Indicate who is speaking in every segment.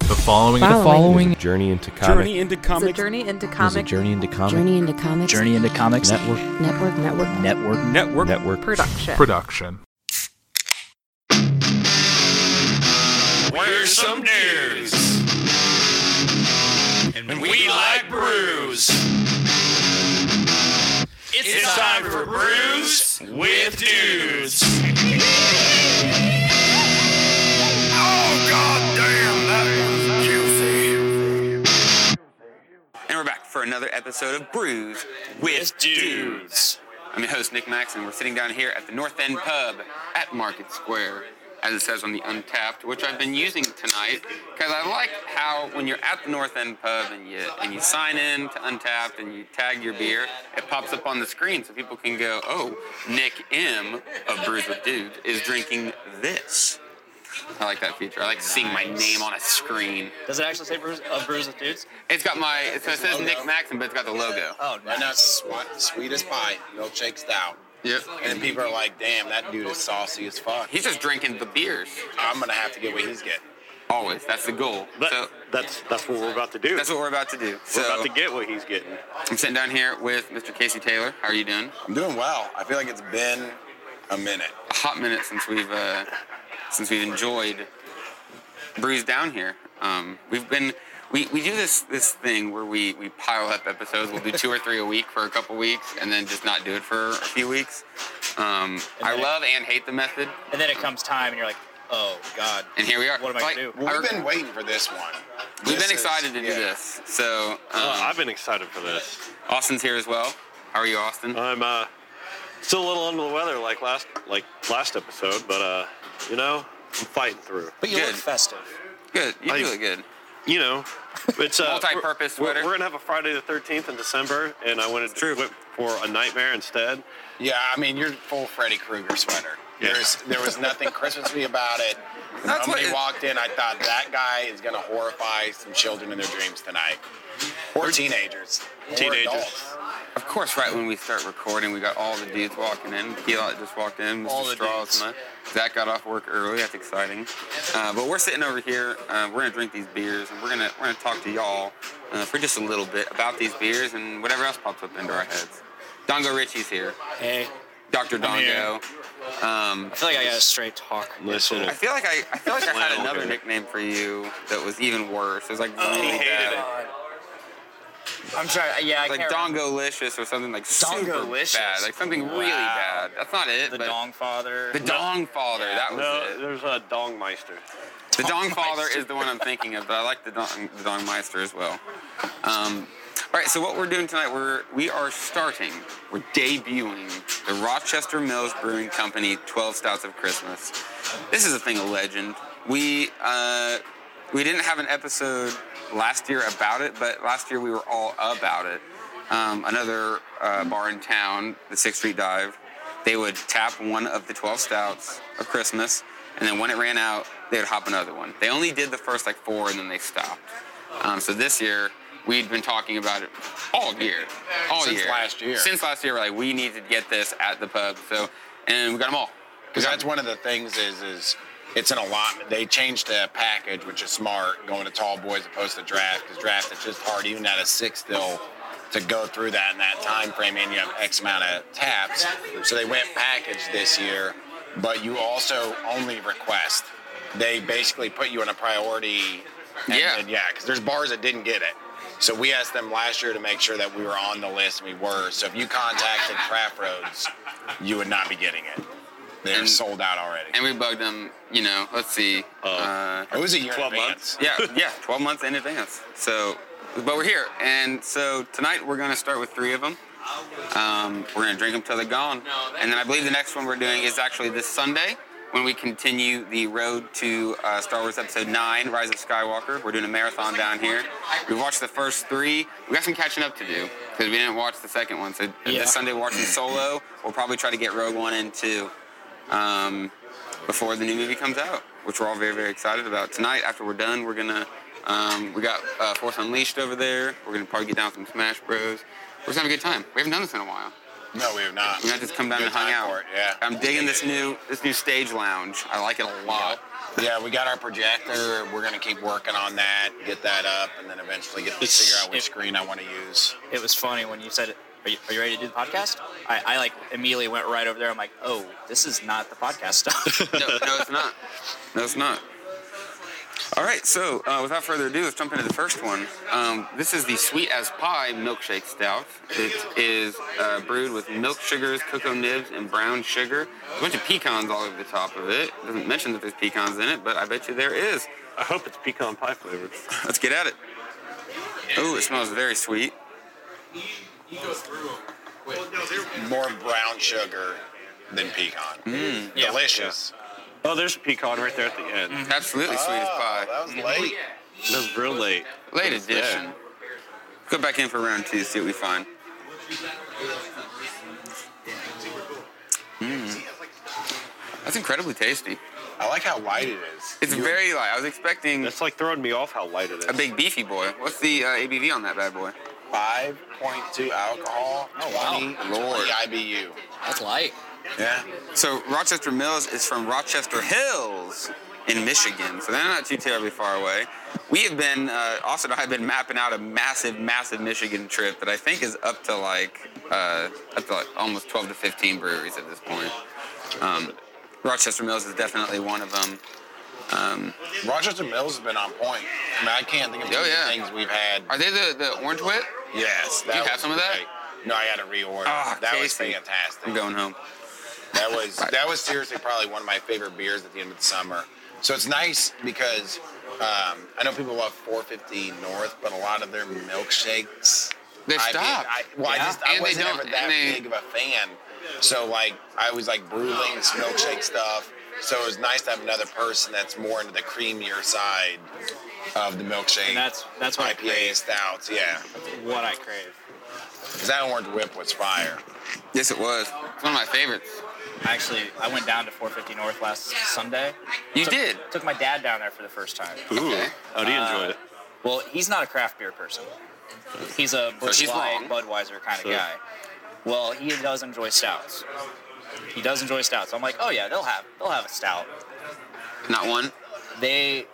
Speaker 1: The following
Speaker 2: The following
Speaker 3: Journey into Comic.
Speaker 4: Journey into
Speaker 5: It's a
Speaker 4: comics
Speaker 5: journey into
Speaker 6: Is it
Speaker 5: comic
Speaker 6: Journey into Comics
Speaker 2: Journey into Comics
Speaker 7: Journey into Comics
Speaker 6: Network?
Speaker 2: Network Network
Speaker 7: Network.
Speaker 4: network.
Speaker 3: Network.
Speaker 5: production.
Speaker 1: production.
Speaker 8: We're some dudes. And we like brews. It's time for brews with dudes. oh, god damn, that was juicy.
Speaker 9: And we're back for another episode of Brews with Dudes. I'm your host, Nick Max, and we're sitting down here at the North End Pub at Market Square, as it says on the Untapped, which I've been using tonight because I like how when you're at the North End Pub and you and you sign in to Untapped and you tag your beer, it pops up on the screen so people can go, "Oh, Nick M of Brews with Dudes is drinking this." I like that feature. I like seeing my name on a screen.
Speaker 7: Does it actually say Bruce, uh, Bruce with Dudes?
Speaker 9: It's got my. It says Nick Maxon, but it's got the logo.
Speaker 7: Oh,
Speaker 10: And that's swe- sweet as pie, milkshake stout.
Speaker 9: Yep.
Speaker 10: And then people are like, damn, that dude is saucy as fuck.
Speaker 9: He's just drinking the beers.
Speaker 10: I'm gonna have to get what he's getting.
Speaker 9: Always. That's the goal. so
Speaker 7: that's that's what we're about to do.
Speaker 9: that's what we're about to do. so
Speaker 7: get what he's getting.
Speaker 9: I'm sitting down here with Mr. Casey Taylor. How are you doing?
Speaker 10: I'm doing well. I feel like it's been a minute.
Speaker 9: A hot minute since we've uh, since we've enjoyed brews down here. Um, we've been we, we do this this thing where we, we pile up episodes. We'll do two or three a week for a couple weeks, and then just not do it for a few weeks. Um, I love and hate the method,
Speaker 7: And then it comes time, and you're like, oh God.
Speaker 9: and here we are.
Speaker 7: What am I
Speaker 9: It's
Speaker 7: gonna
Speaker 9: like-
Speaker 7: do?
Speaker 10: Well, we've been waiting for this one.
Speaker 9: We've
Speaker 10: This
Speaker 9: been
Speaker 10: is-
Speaker 9: excited to do
Speaker 10: yeah.
Speaker 9: this. So um,
Speaker 11: Oh, I've been excited for this.
Speaker 9: Austin's here as well. How are you, Austin?
Speaker 11: I'm uh, still a little under the weather, like last like last episode, but uh, you know, I'm fighting through.
Speaker 7: But you look
Speaker 9: Good.
Speaker 7: festive.
Speaker 9: Good. You
Speaker 11: I-
Speaker 9: do look good.
Speaker 11: You know, it's uh,
Speaker 9: Multi-purpose
Speaker 11: we're-
Speaker 9: sweater.
Speaker 11: We're, we're gonna have a Friday the 13th in December, and I wanted to went for a nightmare instead.
Speaker 10: Yeah, I mean, you're full Freddy Krueger sweater.
Speaker 11: Yeah.
Speaker 10: There's, there was nothing Christmassy about it. When
Speaker 9: That's
Speaker 10: somebody
Speaker 9: what it-
Speaker 10: walked in, I thought that guy is gonna horrify some children in their dreams tonight. Or teenagers. Or
Speaker 11: Teenagers.
Speaker 10: adults.
Speaker 9: Of course, right when we start recording, we got all the dudes walking in. Keelan just walked in. Mr.
Speaker 10: All the
Speaker 9: Strauss,
Speaker 10: dudes.
Speaker 9: my- Zach got off work early. That's exciting. Uh, but we're sitting over here. Uh, we're gonna drink these beers, and we're gonna we're gonna talk to y'all uh, for just a little bit about these beers and whatever else pops up into our heads. Dongo Richie's here.
Speaker 7: Hey,
Speaker 9: Dr.
Speaker 7: I'm
Speaker 9: Dongo.
Speaker 7: here.
Speaker 9: Um,
Speaker 7: I feel like I got a straight talk.
Speaker 11: Listen,
Speaker 9: I feel like I, I feel like I had
Speaker 11: Flannel
Speaker 9: another
Speaker 11: guy.
Speaker 9: nickname for you that was even worse. It was like
Speaker 7: Oh,
Speaker 9: really
Speaker 11: hated
Speaker 9: bad.
Speaker 11: it.
Speaker 7: I'm sorry. Yeah, I
Speaker 9: like
Speaker 7: can't remember.
Speaker 9: Dongolicious or something like super
Speaker 7: Dongolicious.
Speaker 9: bad, like something really
Speaker 7: Wow.
Speaker 9: bad. That's not it.
Speaker 7: the
Speaker 9: but
Speaker 7: Dong Father.
Speaker 9: The Dong Father. That was
Speaker 11: no,
Speaker 9: it.
Speaker 11: there's a Dongmeister.
Speaker 9: The Dong Father is the one I'm thinking of, but I like the Dong, the Dong Meister as well. Um, all right, so what we're doing tonight, we're we are starting, we're debuting the Rochester Mills Brewing Company 12 Stouts of Christmas. This is a thing of legend. We uh, we didn't have an episode last year about it, but last year we were all about it. Um, another uh, bar in town, the Sixth Street Dive, they would tap one of the 12 stouts of Christmas, and then when it ran out, they would hop another one. They only did the first like four, and then they stopped. Um, so this year, we'd been talking about it all year, all
Speaker 10: Since
Speaker 9: year.
Speaker 10: last year.
Speaker 9: Since last year, we're like, we need to get this at the pub. So, and we got them all.
Speaker 10: Because that's one of the things is is it's an allotment. They changed the package, which is smart, going to tall boys opposed to draft. Because draft it's just hard, even at a six still, to go through that in that time frame, and you have X amount of taps. So they went package this year, but you also only request. They basically put you in a priority. and
Speaker 9: Yeah.
Speaker 10: then- yeah, because there's bars that didn't get it. So we asked them last year to make sure that we were on the list, and we were. So if you contacted Craft Roads, you would not be getting it. They're
Speaker 9: And-
Speaker 10: sold out already.
Speaker 9: And we bugged them, you know, let's see. uh,
Speaker 10: It was a year
Speaker 11: 12
Speaker 10: in
Speaker 11: months.
Speaker 10: advance.
Speaker 9: yeah, yeah, 12 months in advance. So, but we're here. And so tonight we're going to start with three of them. Um, we're going to drink them till they're gone. And then I believe the next one we're doing is actually this Sunday when we continue the road to uh, Star Wars Episode 9, Rise of Skywalker. We're doing a marathon down here. We've watched the first three. we got some catching up to do. because we didn't watch the second one. So uh,
Speaker 7: Yeah.
Speaker 9: this Sunday, we're watching Solo. We'll probably try to get Rogue One and two um, before the new movie comes out, which we're all very very excited about. Tonight, after we're done, we're gonna um, we got uh, Force Unleashed over there. We're gonna probably get down some Smash Bros. We're just having a good time. We haven't done this in a while.
Speaker 10: No, we have not.
Speaker 9: We might just come down
Speaker 10: Good
Speaker 9: and hang
Speaker 10: time
Speaker 9: out.
Speaker 10: for it, yeah.
Speaker 9: I'm digging this new this new stage lounge. I like it a lot.
Speaker 10: Yeah, we got our projector. We're gonna keep working on that, get that up, and then eventually get to figure out which screen I want to use.
Speaker 7: It was funny when you said, "Are you, are you ready to do the podcast?" I, I like immediately went right over there. I'm like, "Oh, this is not the podcast stuff."
Speaker 9: no, no, it's not. No, it's not. All right, so uh, without further ado, let's jump into the first one. Um, this is the Sweet as Pie Milkshake Stout. It is uh, brewed with milk sugars, cocoa nibs, and brown sugar. There's a bunch of pecans all over the top of it. It doesn't mention that there's pecans in it, but I bet you there is.
Speaker 11: I hope it's pecan pie flavored.
Speaker 9: Let's get at it. Oh, it smells very sweet.
Speaker 10: More brown sugar than pecan.
Speaker 9: Mm,
Speaker 10: Delicious.
Speaker 11: Oh, there's a pecan right there at the end.
Speaker 9: Absolutely sweet as pie.
Speaker 10: Oh, that was
Speaker 9: Mm-hmm.
Speaker 10: late.
Speaker 11: That's real late.
Speaker 9: Late edition. Go back in for round two, see what we find. Mm. That's incredibly tasty.
Speaker 10: I like how light it is.
Speaker 9: It's very light. I was expecting
Speaker 11: That's like throwing me off how light it is.
Speaker 9: a big beefy boy. What's the uh, ABV on that bad boy?
Speaker 10: 5.2 alcohol, 20
Speaker 9: Oh, Lord.
Speaker 10: IBU.
Speaker 7: That's light.
Speaker 10: Yeah.
Speaker 9: So Rochester Mills is from Rochester Hills in Michigan, so they're not too terribly far away. We have been, uh, Austin and I have been mapping out a massive, massive Michigan trip that I think is up to like, uh, up to like almost 12 to 15 breweries at this point. Um, Rochester Mills is definitely one of them. Um,
Speaker 10: Rochester Mills has been on point. I mean, I can't think of too
Speaker 9: Oh,
Speaker 10: many
Speaker 9: yeah.
Speaker 10: things we've had.
Speaker 9: are they the, the orange whip?
Speaker 10: Yes.
Speaker 9: you have
Speaker 10: was
Speaker 9: some of that?
Speaker 10: great. No, I had to reorder.
Speaker 9: Ah,
Speaker 10: that was
Speaker 9: tasty.
Speaker 10: fantastic.
Speaker 9: I'm going home.
Speaker 10: That was that was seriously probably one of my favorite beers at the end of the summer. So it's nice because um, I know people love 450 North, but a lot of their milkshakes
Speaker 9: They've
Speaker 10: I-
Speaker 9: stopped.
Speaker 10: I,
Speaker 9: Yeah.
Speaker 10: well, I just I
Speaker 9: And they
Speaker 10: wasn't
Speaker 9: don't-
Speaker 10: ever that
Speaker 9: and they-
Speaker 10: big of a fan. So like I was like brewing this milkshake stuff. So it was nice to have another person that's more into the creamier side of the milkshake.
Speaker 7: And that's that's what I
Speaker 10: IPA
Speaker 7: crave.
Speaker 10: stouts, yeah.
Speaker 7: What I crave.
Speaker 10: Because that orange whip was fire.
Speaker 9: Yes, it was. It's one of my favorites.
Speaker 7: Actually, I went down to 450 North last Sunday.
Speaker 9: You
Speaker 7: Took-
Speaker 9: did?
Speaker 7: Took my dad down there for the first time.
Speaker 11: Ooh. Oh, do you enjoy it?
Speaker 7: Well, he's not a craft beer person. He's a
Speaker 9: So
Speaker 7: Bush
Speaker 9: he's
Speaker 7: Light,
Speaker 9: wrong.
Speaker 7: Budweiser kind of
Speaker 11: So-
Speaker 7: guy. Well, he does enjoy stouts. He does enjoy stouts. I'm like, oh yeah, they'll have they'll have a stout.
Speaker 9: Not one?
Speaker 7: They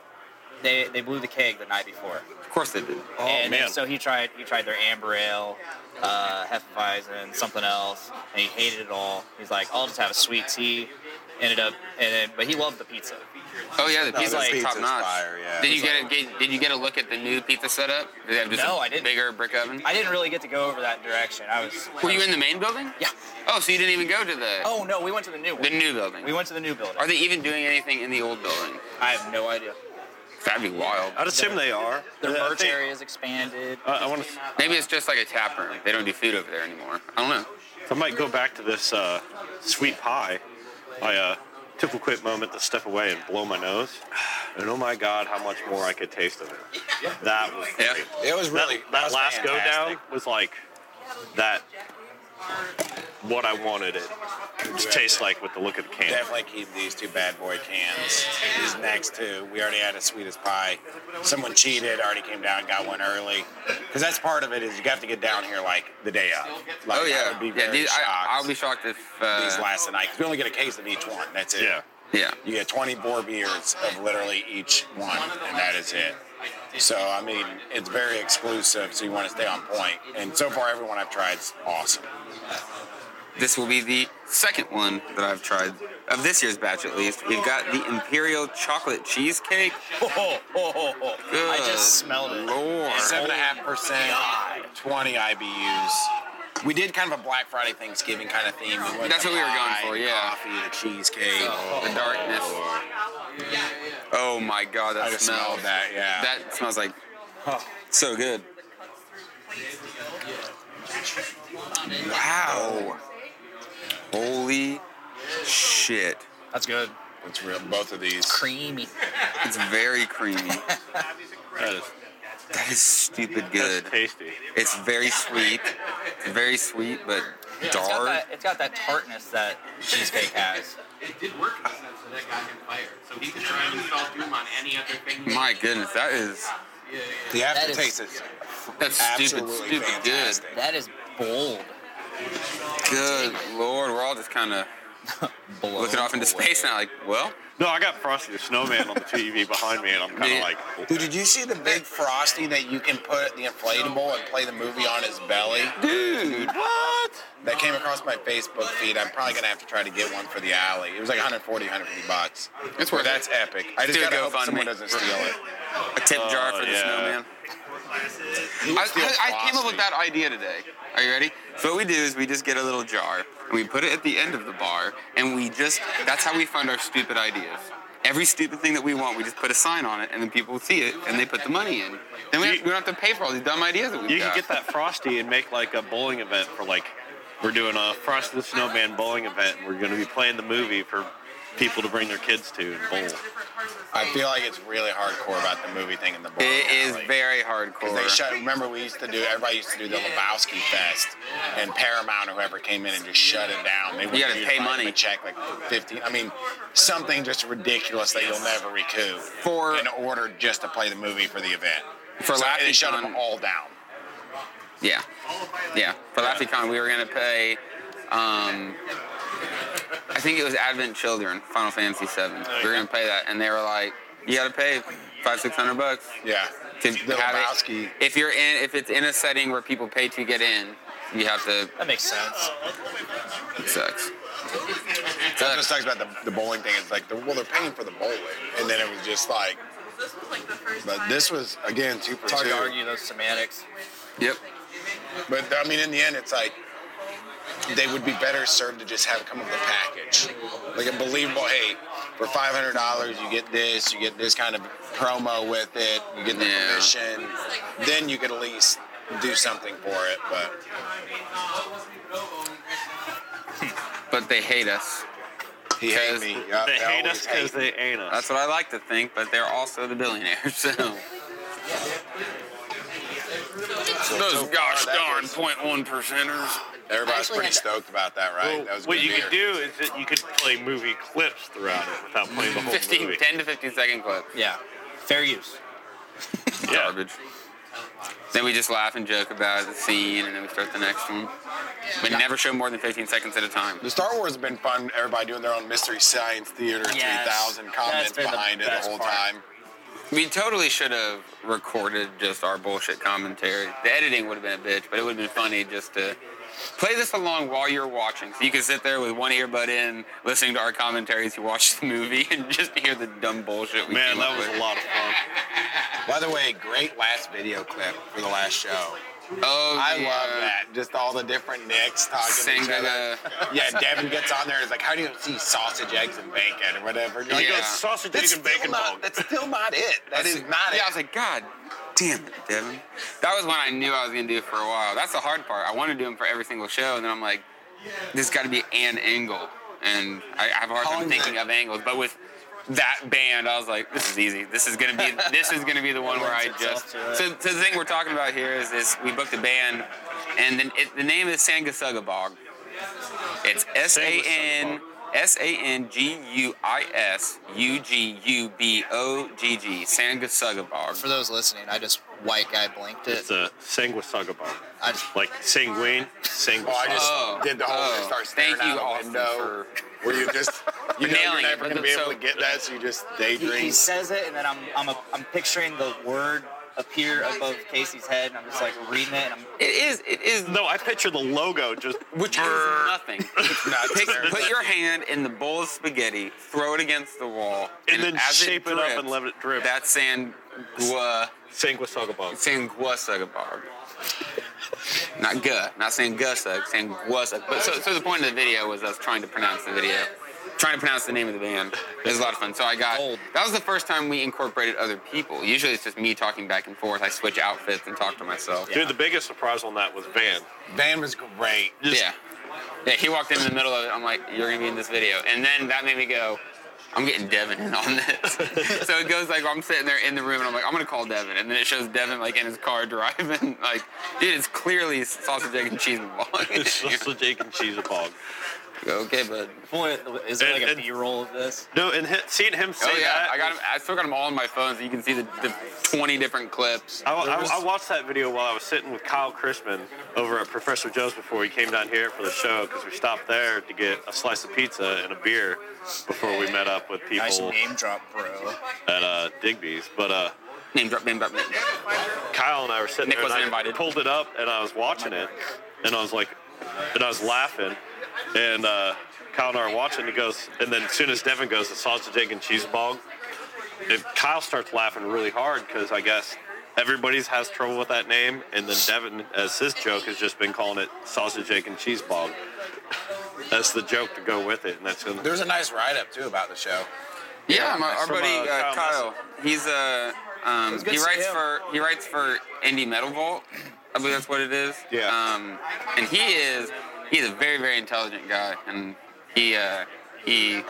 Speaker 7: they they blew the keg the night before,
Speaker 9: Of course they did.
Speaker 11: Oh,
Speaker 7: and
Speaker 11: man.
Speaker 7: so he tried he tried their amber ale, uh, Hefeweizen, something else, and he hated it all. He's like, I'll just have a sweet tea. Ended up, and then, but he loved the pizza.
Speaker 9: Oh yeah, the pizza's
Speaker 7: the
Speaker 9: top
Speaker 10: pizza's
Speaker 9: notch.
Speaker 10: fire, yeah.
Speaker 9: Did you get a did, did you get a look at the new pizza setup? Did they have just
Speaker 7: No,
Speaker 9: a
Speaker 7: I didn't.
Speaker 9: bigger brick oven?
Speaker 7: I didn't really get to go over that direction. I was
Speaker 9: Were you in the main building?
Speaker 7: yeah.
Speaker 9: Oh, so you didn't even go to the
Speaker 7: Oh no, we went to the new one.
Speaker 9: the new building.
Speaker 7: We went to the new building.
Speaker 9: Are they even doing anything in the old building?
Speaker 7: I have no idea.
Speaker 9: That'd be wild.
Speaker 7: Uh,
Speaker 11: I'd assume they are.
Speaker 7: Their
Speaker 11: I
Speaker 7: merch
Speaker 11: think-
Speaker 7: area is expanded.
Speaker 11: I, I want to.
Speaker 9: Maybe it's just like a tap room. They don't do food over there anymore. I don't know.
Speaker 11: I might go back to this uh, sweet pie. I uh, took a quick moment to step away and blow my nose, and oh my god, how much more I could taste of it. That was
Speaker 9: Yeah.
Speaker 11: great.
Speaker 10: It was
Speaker 11: That,
Speaker 10: really
Speaker 11: that
Speaker 10: was
Speaker 11: last
Speaker 10: fantastic.
Speaker 11: go down was like that. What I wanted it to taste like with the look of the can.
Speaker 10: Definitely keep these two bad boy cans. These next two, we already had a sweet as pie. Someone cheated, already came down, and got one early. Because that's part of it is you have to get down here like the day of. Like,
Speaker 9: oh
Speaker 10: I
Speaker 9: yeah,
Speaker 10: would be
Speaker 9: yeah.
Speaker 10: very
Speaker 9: These, I,
Speaker 10: shocked
Speaker 9: I'll be shocked if uh,
Speaker 10: these last tonight because we only get a case of each one. That's it.
Speaker 11: Yeah.
Speaker 9: yeah.
Speaker 10: You get 24 beers of literally each one, and that is it. So I mean, it's very exclusive. So you want to stay on point. And so far, everyone I've tried is awesome.
Speaker 9: This will be the second one that I've tried of this year's batch, at least. We've got the Imperial Chocolate Cheesecake.
Speaker 7: Oh, oh, oh, oh. I
Speaker 9: Good
Speaker 7: just smelled it.
Speaker 9: Lord.
Speaker 10: seven and a half percent, twenty IBUs. We did kind of a Black Friday Thanksgiving kind of theme. went
Speaker 9: That's
Speaker 10: to
Speaker 9: what we were going
Speaker 10: pie,
Speaker 9: for, yeah.
Speaker 10: Coffee, the cheesecake.
Speaker 9: The darkness. Oh my god,
Speaker 10: I
Speaker 9: that
Speaker 10: just
Speaker 9: smells.
Speaker 10: smelled that. Yeah.
Speaker 9: That smells like so good. Wow. Holy shit.
Speaker 7: That's good.
Speaker 10: it's real. Both of these.
Speaker 7: Creamy.
Speaker 9: It's very creamy.
Speaker 11: That is
Speaker 9: That is stupid good.
Speaker 11: That's tasty.
Speaker 9: It's very sweet. It's very sweet, but
Speaker 7: It's got,
Speaker 9: dark.
Speaker 7: that, it's got that tartness that cheesecake has.
Speaker 2: It did work in the sense that that got him fired. So he could try and install Doom on any other thing. he-
Speaker 9: My goodness, that is
Speaker 10: The
Speaker 7: That is-
Speaker 10: aftertaste is
Speaker 9: that's stupid,
Speaker 10: absolutely
Speaker 9: stupid good.
Speaker 10: fantastic.
Speaker 7: That is bold.
Speaker 9: Good lord, we're all just kind of
Speaker 7: Blown
Speaker 9: looking off into
Speaker 7: away.
Speaker 9: space now. Like, well,
Speaker 11: No, I got Frosty the Snowman on the TV behind me, and I'm kind
Speaker 9: Man.
Speaker 11: of like,
Speaker 10: Dude, did you see the big frosty that you can put the inflatable and play the movie on his belly?
Speaker 9: dude, what?
Speaker 10: That came across my Facebook feed. I'm probably gonna have to try to get one for the alley. It was like 140, 150 bucks.
Speaker 9: It's worth
Speaker 10: That's epic. I just
Speaker 9: Dude,
Speaker 10: gotta
Speaker 9: go
Speaker 10: hope
Speaker 9: fund
Speaker 10: someone
Speaker 9: me.
Speaker 10: doesn't steal it.
Speaker 9: a tip jar
Speaker 11: Oh,
Speaker 9: for the
Speaker 11: yeah.
Speaker 9: snowman.
Speaker 10: would
Speaker 9: I,
Speaker 10: steal
Speaker 9: I- I came up
Speaker 10: Frosty.
Speaker 9: with that idea today. Are you ready? So what we do is we just get a little jar and we put it at the end of the bar, and we just—that's how we find our stupid ideas. Every stupid thing that we want, we just put a sign on it, and then people see it and they put the money in. Then we, have, we don't have to pay for all these dumb ideas that we've
Speaker 11: you
Speaker 9: got.
Speaker 11: can get that Frosty and make like a bowling event for like, we're doing a Frosty the Snowman bowling event, and we're going to be playing the movie for people to bring their kids to and bowl.
Speaker 10: I feel like it's really hardcore about the movie thing in the bar.
Speaker 9: It is
Speaker 10: alley.
Speaker 9: very
Speaker 10: 'Cause
Speaker 9: hardcore.
Speaker 10: They shut. Remember, we used to do. Everybody used to do the Lebowski Fest, and Paramount or whoever came in and just shut it down. They wouldn't
Speaker 9: gotta
Speaker 10: even
Speaker 9: pay
Speaker 10: write them
Speaker 9: money.
Speaker 10: A check like fifteen. I mean, something just ridiculous that you'll never recoup
Speaker 9: For-
Speaker 10: in order just to play the movie for the event.
Speaker 9: For
Speaker 10: so they shut
Speaker 9: Laffy Con-
Speaker 10: them all down.
Speaker 9: Yeah. Yeah. For LaffyCon, we were going to pay, um, I think it was Advent Children, Final Fantasy VII. We were going to pay that, and they were like, you got to pay five, six hundred bucks
Speaker 10: Yeah,
Speaker 9: to
Speaker 10: the
Speaker 9: have
Speaker 10: Lebowski.
Speaker 9: it. If you're in, if it's in a setting where people pay to get in, you have to.
Speaker 7: That makes sense.
Speaker 9: It sucks.
Speaker 10: That's what
Speaker 9: Sucks.
Speaker 10: sucks about the, the bowling thing. It's like, the, well, they're paying for the bowling, and then it was just like. But this was again two for
Speaker 7: It's hard
Speaker 10: two.
Speaker 7: to argue those semantics.
Speaker 9: Yep.
Speaker 10: But I mean, in the end, it's like they would be better served to just have come up with a package, like a believable. Hey, for five hundred dollars, you get this, you get this kind of promo with it, you get the
Speaker 9: Yeah.
Speaker 10: permission. Then you could at least do something for it. But
Speaker 9: But they hate us.
Speaker 10: he hates me. Yup,
Speaker 11: They hate us
Speaker 10: Uh, always hate
Speaker 11: because they ain't us.
Speaker 9: That's what I like to think, but they're also the billionaires. So. Those gosh darn point one percenters.
Speaker 10: Everybody's
Speaker 7: Actually,
Speaker 10: pretty
Speaker 7: I-
Speaker 10: stoked about that, right?
Speaker 11: Well,
Speaker 10: that was
Speaker 11: what
Speaker 10: good
Speaker 11: you
Speaker 10: to
Speaker 11: could
Speaker 10: hear.
Speaker 11: do is that you could play movie clips throughout it without playing the whole
Speaker 9: 15,
Speaker 11: movie.
Speaker 9: 10 to 15 second clip.
Speaker 7: Yeah. Fair use.
Speaker 11: Yeah.
Speaker 9: Garbage. Then we just laugh and joke about the scene, and then we start the next one. We never show more than 15 seconds at a time.
Speaker 10: The Star Wars has been fun. Everybody doing their own Mystery Science Theater
Speaker 7: Yes.
Speaker 10: 3000
Speaker 7: That's
Speaker 10: comments
Speaker 7: been the
Speaker 10: behind it
Speaker 7: best
Speaker 10: the whole
Speaker 7: part.
Speaker 10: time.
Speaker 9: We totally should have recorded just our bullshit commentary. The editing would have been a bitch, but it would have been funny just to play this along while you're watching. So you could sit there with one earbud in, listening to our commentary as you watch the movie, and just hear the dumb bullshit we
Speaker 11: Man,
Speaker 9: came
Speaker 11: that
Speaker 9: up
Speaker 11: was
Speaker 9: with.
Speaker 11: a lot of fun.
Speaker 10: By the way, great last video clip for the last show.
Speaker 9: Oh,
Speaker 10: I
Speaker 9: yeah.
Speaker 10: love that. Just all the different Nicks talking to each other.
Speaker 9: Sangha.
Speaker 10: Yeah, Devin gets on there and is like, how do you see sausage, eggs, and bacon or whatever? You're like,
Speaker 9: Yeah.
Speaker 11: It's sausage,
Speaker 10: that's,
Speaker 11: egg, and
Speaker 10: still
Speaker 11: bacon
Speaker 10: not,
Speaker 11: ball.
Speaker 10: that's still not it. That is not
Speaker 9: Yeah, I
Speaker 10: it.
Speaker 9: was like, God damn it, Devin. That was one I knew I was gonna do for a while. That's the hard part. I want to do them for every single show, and then I'm like, there's got to be an angle, and I, I have a hard
Speaker 10: How
Speaker 9: time
Speaker 10: is
Speaker 9: thinking
Speaker 10: it?
Speaker 9: of angles. But with that band, I was like, this is easy. This is gonna be this is gonna be the one where I
Speaker 7: Lends itself
Speaker 9: just.
Speaker 7: to it.
Speaker 9: So, so the thing we're talking about here is this: we booked a band, and then it, the name is Sangasugabog. It's S A N S A N G U I S U G U B O G G Sangasugabog.
Speaker 3: For those listening, I just white guy blinked it.
Speaker 11: It's a sanguisaga bar.
Speaker 3: I just
Speaker 11: Like sanguine, sanguisaga.
Speaker 10: Oh, I just
Speaker 9: Oh,
Speaker 10: did the whole
Speaker 9: oh.
Speaker 10: thing, start staring
Speaker 9: Thank you,
Speaker 10: out
Speaker 9: Austin,
Speaker 10: the window. Where you just, you know,
Speaker 9: nailing
Speaker 10: you're
Speaker 9: it,
Speaker 10: never going to
Speaker 9: but
Speaker 10: be
Speaker 9: so-
Speaker 10: able to get that, so you just
Speaker 7: He, he
Speaker 10: daydream.
Speaker 7: says it, and then I'm I'm a, I'm picturing the word appear above Casey's head, and I'm just like reading it, and I'm
Speaker 9: It is. It is.
Speaker 11: No, I picture the logo just.
Speaker 9: Which is nothing.
Speaker 10: Not
Speaker 9: Pick,
Speaker 10: there.
Speaker 9: put your hand in the bowl of spaghetti, throw it against the wall,
Speaker 11: And then shape it up and let it drip.
Speaker 9: That's sangua
Speaker 11: Sanguisaga bar.
Speaker 9: sangua sugabog. Not guh, not sangua sug, sangua sug. But so, so the point of the video was us trying to pronounce the video, trying to pronounce the name of the band. It was a lot of fun. So I got that was the first time we incorporated other people. Usually it's just me talking back and forth. I switch outfits and talk to myself.
Speaker 11: Dude, the biggest surprise on that was Van.
Speaker 10: Van was great.
Speaker 9: yeah. Yeah, he walked in, in the middle of it. I'm like, you're gonna be in this video. And then that made me go, I'm getting Devin in on this. so it goes like I'm sitting there in the room and I'm like, I'm gonna call Devin, and then it shows Devin like in his car driving. Like, dude, it's clearly sausage, egg, and cheese and ball.
Speaker 11: It's just a Jake and cheese bog.
Speaker 9: okay, bud.
Speaker 7: Is there like
Speaker 11: And-
Speaker 7: a
Speaker 11: and-
Speaker 7: B roll of this?
Speaker 11: No, and hi seeing him say
Speaker 9: Oh yeah,
Speaker 11: that,
Speaker 9: I got him. I still got them all on my phone, so you can see the, the 20 different clips.
Speaker 11: I, I- I watched that video while I was sitting with Kyle Chrisman over at Professor Joe's before we came down here for the show because we stopped there to get a slice of pizza and a beer before we met up with
Speaker 3: Nice
Speaker 11: people
Speaker 3: name drop, bro.
Speaker 11: at uh, Digby's. But uh,
Speaker 9: Name drop, name drop, name drop.
Speaker 11: Kyle and I were sitting
Speaker 9: Nick
Speaker 11: there and
Speaker 9: wasn't
Speaker 11: I
Speaker 9: invited.
Speaker 11: pulled it up and I was watching it and I was like, and I was laughing. And uh, Kyle and I are watching. He goes, and then as soon as Devin goes, the sausage, egg, and cheese bog. And Kyle starts laughing really hard because I guess everybody's has trouble with that name. And then Devin, as his joke, has just been calling it sausage, egg, and cheese bog. That's the joke to go with it, and that's gonna.
Speaker 10: There's a nice write up too about the show.
Speaker 9: Yeah, my, our
Speaker 11: from,
Speaker 9: buddy
Speaker 11: uh, Kyle
Speaker 9: uh, Kyle. He's uh, um,
Speaker 3: good
Speaker 9: he
Speaker 3: to see
Speaker 9: writes
Speaker 3: him.
Speaker 9: for he writes for Indie Metal Vault. I believe that's what it is.
Speaker 11: Yeah.
Speaker 9: Um, and he is he's a very very intelligent guy, and he uh, he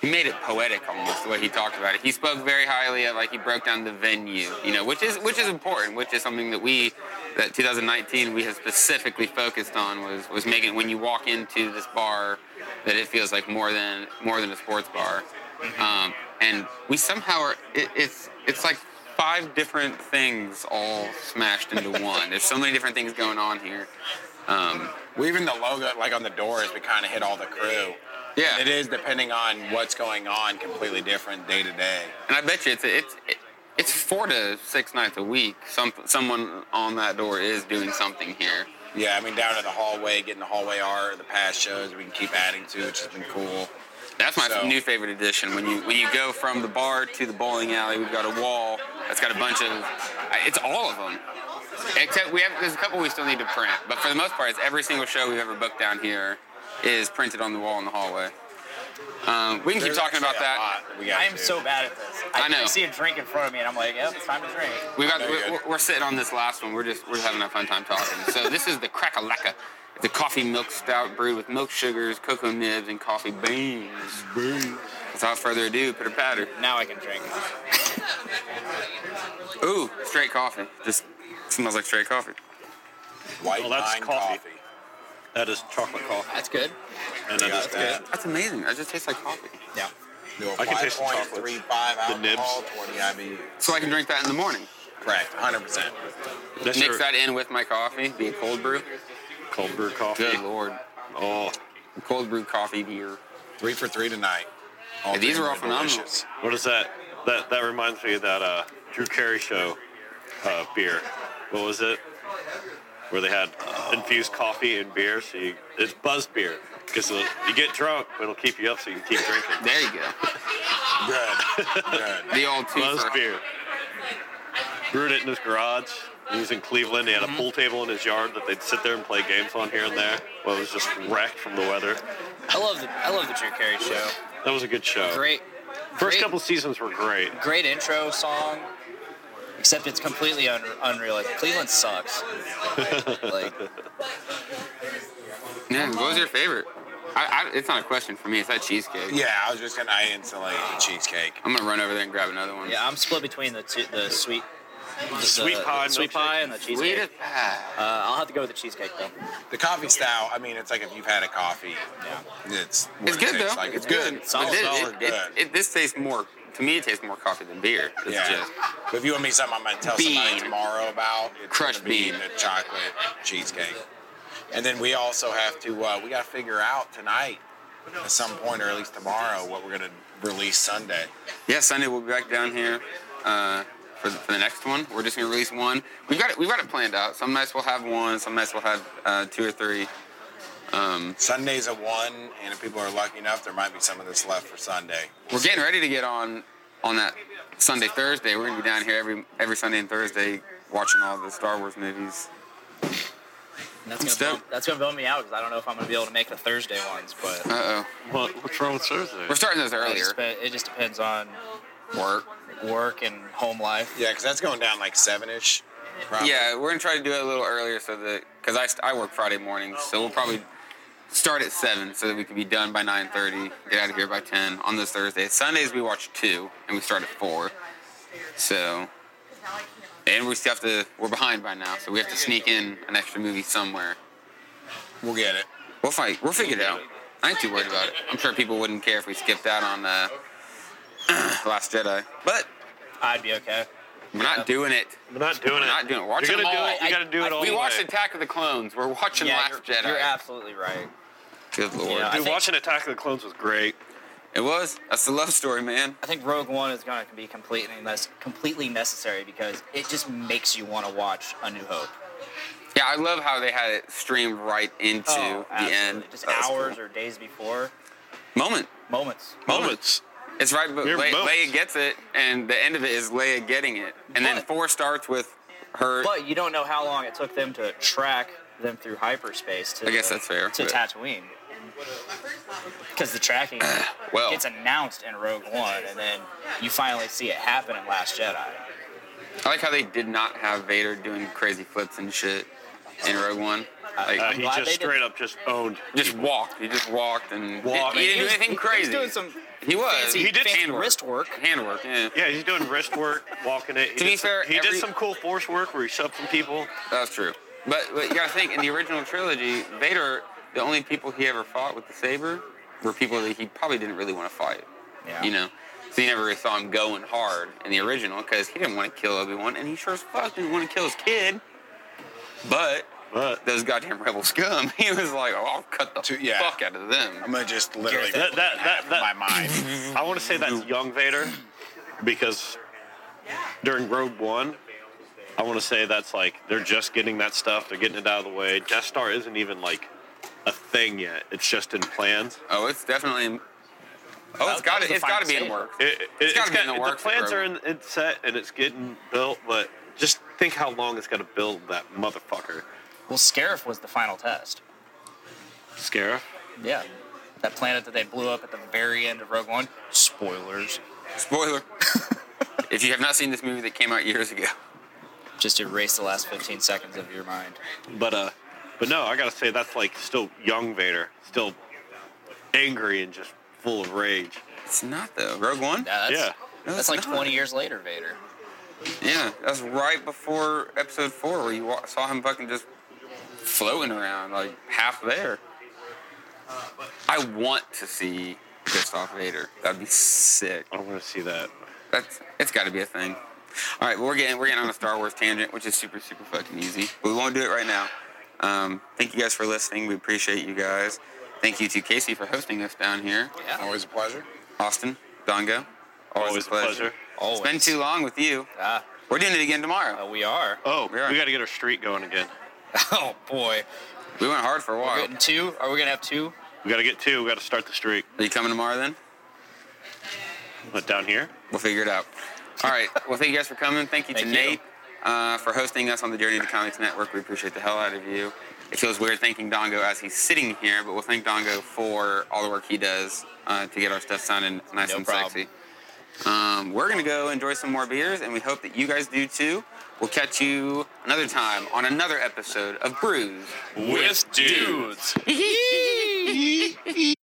Speaker 9: he made it poetic almost the way he talked about it. He spoke very highly of like he broke down the venue, you know, which is which is important, which is something that we that 2019 we have specifically focused on was was making when you walk into this bar that it feels like more than more than a sports bar, um, and we somehow are it, it's it's like five different things all smashed into one. There's so many different things going on here. Um,
Speaker 10: We even the logo like on the doors, we kind of hit all the crew.
Speaker 9: yeah,
Speaker 10: It is depending on what's going on, completely different day to day.
Speaker 9: And I bet you it's it's it's four to six nights a week. Some someone on that door is doing something here.
Speaker 10: Yeah, I mean down to the hallway, getting the hallway art, the past shows we can keep adding to, which has been cool.
Speaker 9: That's my
Speaker 10: So-
Speaker 9: new favorite addition. When you when you go from the bar to the bowling alley, we've got a wall that's got a bunch of. I- It's all of them. Except we have there's a couple we still need to print, but for the most part, it's every single show we've ever booked down here is printed on the wall in the hallway. Um, we can keep
Speaker 10: There's
Speaker 9: talking about
Speaker 10: actually a
Speaker 9: that.
Speaker 10: lot we gotta
Speaker 3: I am
Speaker 10: do.
Speaker 3: so bad at this. I,
Speaker 9: I know.
Speaker 3: I see a drink in front of me, and I'm like, yep, it's time to drink.
Speaker 9: We got.
Speaker 10: Very
Speaker 9: We're,
Speaker 10: good.
Speaker 9: we're- we're sitting on this last one. We're just we're having a fun time talking. So this is the Crack-a-Lacka. It's a coffee milk stout brewed with milk sugars, cocoa nibs, and coffee beans. Without further ado, pitter patter.
Speaker 3: Now I can drink.
Speaker 9: Ooh, straight coffee. Just smells like straight coffee.
Speaker 10: White
Speaker 11: Well, that's
Speaker 10: wine
Speaker 11: coffee. That is chocolate coffee,
Speaker 3: That's good.
Speaker 11: and that is
Speaker 10: That's
Speaker 11: bad.
Speaker 9: That's amazing. That just tastes like coffee.
Speaker 3: Yeah.
Speaker 10: Do a
Speaker 11: I can taste the chocolates.
Speaker 10: 5.35
Speaker 11: The nibs.
Speaker 10: alcohol, 20 IBU.
Speaker 9: So I can drink that in the morning.
Speaker 10: Correct, 100%.
Speaker 11: That's
Speaker 9: Mix
Speaker 11: your
Speaker 9: that in with my coffee. Be a cold brew.
Speaker 11: cold brew coffee.
Speaker 9: Good lord.
Speaker 11: Oh,
Speaker 9: Cold brew coffee beer.
Speaker 10: Three for three tonight. All
Speaker 9: Hey, these
Speaker 10: three
Speaker 9: are all
Speaker 10: were
Speaker 9: phenomenal.
Speaker 11: What is that? That that reminds me of that uh, Drew Carey show uh, beer. What was it? Where they had infused coffee and beer, so you, it's buzz beer. Because you get drunk, but it'll keep you up, so you can keep drinking.
Speaker 9: There you go.
Speaker 10: Good, good.
Speaker 9: The old two.
Speaker 11: Buzz beer. Brewed it in his garage. He was in Cleveland. He had a
Speaker 9: Mm-hmm.
Speaker 11: pool table in his yard that they'd sit there and play games on here and there. Well, it was just wrecked from the weather.
Speaker 3: I love the I love the Drew Carey show.
Speaker 11: That was a good show.
Speaker 3: Great,
Speaker 11: First
Speaker 3: great-
Speaker 11: couple seasons were great.
Speaker 3: great intro song. Except it's completely un- unreal. Like Cleveland sucks. like
Speaker 9: Yeah. What was your favorite? I, I, it's not a question for me. It's that cheesecake.
Speaker 10: Yeah, I was just gonna I insulate the cheesecake.
Speaker 9: I'm gonna run over there and grab another one.
Speaker 3: yeah, I'm split between the two, the sweet the,
Speaker 11: sweet pie
Speaker 3: sweet
Speaker 11: milkshake.
Speaker 3: pie, and the
Speaker 9: Sweet
Speaker 3: cheesecake.
Speaker 9: as pie.
Speaker 3: Uh, I'll have to go with the cheesecake though.
Speaker 10: The coffee style, I mean, it's like if you've had a coffee, it's what
Speaker 9: It's
Speaker 10: it
Speaker 9: good
Speaker 10: tastes
Speaker 9: though.
Speaker 10: like.
Speaker 9: it's good. But
Speaker 3: Solid,
Speaker 9: this-
Speaker 10: solid
Speaker 9: it, it,
Speaker 10: good.
Speaker 9: it- this tastes more. To me, it tastes more coffee than beer. It's
Speaker 10: Yeah.
Speaker 9: just
Speaker 10: but if you want me something I'm gonna tell
Speaker 9: Bean.
Speaker 10: somebody tomorrow about, it's
Speaker 9: Crushed
Speaker 10: gonna be
Speaker 9: bean.
Speaker 10: the chocolate cheesecake. And then we also have to uh, we gotta figure out tonight at some point or at least tomorrow what we're gonna release Sunday.
Speaker 9: yeah. Sunday we'll be back down here uh, for, the, for the next one. We're just gonna release one. We've got it. We've got it planned out. Some nights we'll have one. Some nights we'll have uh, two or three.
Speaker 10: Sunday's a one, and if people are lucky enough, there might be some of this left for Sunday.
Speaker 9: We're getting ready to get on on that Sunday Thursday. We're gonna be down here every every Sunday and Thursday watching all the Star Wars movies.
Speaker 3: And that's
Speaker 9: Step-
Speaker 3: gonna bum, that's gonna bum me out because I don't know if I'm gonna be able to make the Thursday ones, but.
Speaker 9: Uh oh.
Speaker 11: What, what's wrong with Thursday?
Speaker 9: We're starting those
Speaker 3: It
Speaker 9: earlier.
Speaker 3: just, depend- it just depends on
Speaker 10: Work.
Speaker 3: work and home life.
Speaker 10: Yeah, because that's going down like seven ish.
Speaker 9: Yeah, we're gonna try to do it a little earlier so that because I, st- I work Friday mornings, so we'll probably start at seven so that we can be done by nine thirty. Get out of here by ten on this Thursday. Sundays we watch two and we start at four. So, and we still have to. We're behind by now, so we have to sneak in an extra movie somewhere.
Speaker 10: We'll get it.
Speaker 9: We'll fight. We'll figure it out. I ain't too worried about it. I'm sure people wouldn't care if we skipped out on uh, Last Jedi, but
Speaker 7: I'd be okay.
Speaker 9: we're not doing it.
Speaker 11: We're not doing
Speaker 9: We're
Speaker 11: it.
Speaker 9: not doing it. Watch
Speaker 11: You're
Speaker 9: them
Speaker 11: gonna
Speaker 9: all.
Speaker 11: do it. You
Speaker 9: I-
Speaker 11: gotta do it all.
Speaker 9: we
Speaker 11: the
Speaker 9: watched
Speaker 11: way.
Speaker 9: Attack of the Clones. We're watching
Speaker 7: Yeah,
Speaker 9: Last
Speaker 7: you're,
Speaker 9: Jedi.
Speaker 7: you're absolutely right.
Speaker 9: Good lord.
Speaker 7: Yeah. I
Speaker 11: Dude,
Speaker 7: think-
Speaker 11: watching Attack of the Clones was great.
Speaker 9: It was. That's the love story, man.
Speaker 7: I think Rogue One is going to be completely nes- completely necessary because it just makes you want to watch A New Hope.
Speaker 9: Yeah, I love how they had it streamed right into the
Speaker 7: Oh, absolutely.
Speaker 9: end.
Speaker 7: Just
Speaker 9: That was
Speaker 7: hours
Speaker 9: cool.
Speaker 7: or days before
Speaker 9: moment.
Speaker 7: moments.
Speaker 11: Moments.
Speaker 9: It's right, but
Speaker 11: Mere
Speaker 9: Le-
Speaker 11: moments.
Speaker 9: Leia gets it, and the end of it is Leia getting it, and then
Speaker 7: But-
Speaker 9: four starts with her.
Speaker 7: But you don't know how long it took them to track them through hyperspace to
Speaker 9: I guess that's fair,
Speaker 7: to
Speaker 9: but-
Speaker 7: Tatooine. Because the tracking
Speaker 9: well,
Speaker 7: gets announced in Rogue One, and then you finally see it happen in Last Jedi.
Speaker 9: I like how they did not have Vader doing crazy flips and shit in Rogue One. Like,
Speaker 11: Uh, he
Speaker 7: glad
Speaker 11: just
Speaker 7: they did-
Speaker 11: straight up just owned.
Speaker 9: just walked. He just walked and
Speaker 11: Walked.
Speaker 9: He, didn't
Speaker 7: He
Speaker 9: do
Speaker 7: was-
Speaker 9: anything
Speaker 7: he-
Speaker 9: crazy.
Speaker 7: He was doing some
Speaker 9: He was.
Speaker 7: fancy-
Speaker 11: He did
Speaker 7: fancy
Speaker 9: handwork.
Speaker 7: wrist work.
Speaker 9: handwork. Yeah,
Speaker 11: Yeah, he's doing wrist work, walking it. He
Speaker 9: To
Speaker 11: did
Speaker 9: be
Speaker 11: some-
Speaker 9: fair,
Speaker 11: he
Speaker 9: every-
Speaker 11: did some cool force work where he shoved some people.
Speaker 9: that's true. But, but you gotta think in the original trilogy, Vader, the only people he ever fought with the saber were people that he probably didn't really want to fight.
Speaker 7: Yeah.
Speaker 9: You know. So you never really saw him going hard in the original because he didn't want to kill Obi Wan, and he sure as fuck didn't want to kill his kid. But
Speaker 11: But
Speaker 9: those goddamn rebel scum, he was like, "Oh, I'll cut the
Speaker 10: Dude, yeah.
Speaker 9: fuck out of
Speaker 10: I'm
Speaker 9: them."
Speaker 10: gonna just literally
Speaker 11: That- that- that-
Speaker 10: my mind.
Speaker 11: I want to say that's young Vader because during Rogue One, I want to say that's like they're just getting that stuff. They're getting it out of the way. Death Star isn't even like a thing yet. It's just in plans.
Speaker 9: Oh, it's definitely. Oh, it's
Speaker 7: That
Speaker 9: got
Speaker 7: was
Speaker 9: to.
Speaker 7: the
Speaker 9: It's got to
Speaker 7: final
Speaker 9: be in
Speaker 7: save.
Speaker 9: work.
Speaker 11: It, it,
Speaker 9: It's gotta be in the
Speaker 11: got-
Speaker 9: works for
Speaker 11: plans are
Speaker 9: Rogue
Speaker 11: in it's set and it's getting built, but just think how long it's got to build that motherfucker.
Speaker 7: Well, Scarif was the final test.
Speaker 11: Scarif.
Speaker 7: Yeah. That planet that they blew up at the very end of Rogue One. Spoilers.
Speaker 9: Spoiler. if you have not seen this movie that came out years ago,
Speaker 7: Just erase the last 15 seconds of your mind.
Speaker 11: But uh, but no, I gotta say that's like still young Vader, still angry and just full of rage.
Speaker 9: it's not though. Rogue One.
Speaker 7: Yeah, that's,
Speaker 11: Yeah.
Speaker 9: No,
Speaker 7: that's
Speaker 9: it's
Speaker 7: like
Speaker 9: not.
Speaker 7: 20 years later, Vader.
Speaker 9: Yeah, that's right before Episode Four, where you wa- saw him fucking just floating around, like half there. I want to see Christoph Vader. That'd be sick.
Speaker 11: I want to see that.
Speaker 9: That's it's got to be a thing. All right, well, we're getting we're getting on a Star Wars tangent, which is super super fucking easy. But we won't do it right now. Um, thank you guys for listening. We appreciate you guys. Thank you to Casey for hosting us down here.
Speaker 10: Always a pleasure.
Speaker 9: Austin, Dongo, always, a pleasure.
Speaker 7: Always.
Speaker 9: It's been too long with you.
Speaker 7: Ah,
Speaker 9: We're doing it again tomorrow.
Speaker 7: uh, we are.
Speaker 11: Oh,
Speaker 9: Yeah.
Speaker 11: we got to get our street going again.
Speaker 7: Oh, boy.
Speaker 9: We went hard for a
Speaker 7: We're
Speaker 9: while.
Speaker 7: getting two? Are we going to have two?
Speaker 11: We got to get two. We got to start the streak.
Speaker 9: Are you coming tomorrow then?
Speaker 11: But down here,
Speaker 9: We'll figure it out. All right. Well, thank you guys for coming. Thank you to
Speaker 7: Thank you.
Speaker 9: Nate Uh, for hosting us on the Journey to Comics Network. We appreciate the hell out of you. It feels weird thanking Dongo as he's sitting here, but we'll thank Dongo for all the work he does uh, to get our stuff sounding nice
Speaker 7: No
Speaker 9: and
Speaker 7: problem.
Speaker 9: sexy. Um, we're going to go enjoy some more beers, and we hope that you guys do too. We'll catch you another time on another episode of Brews.
Speaker 12: With dudes.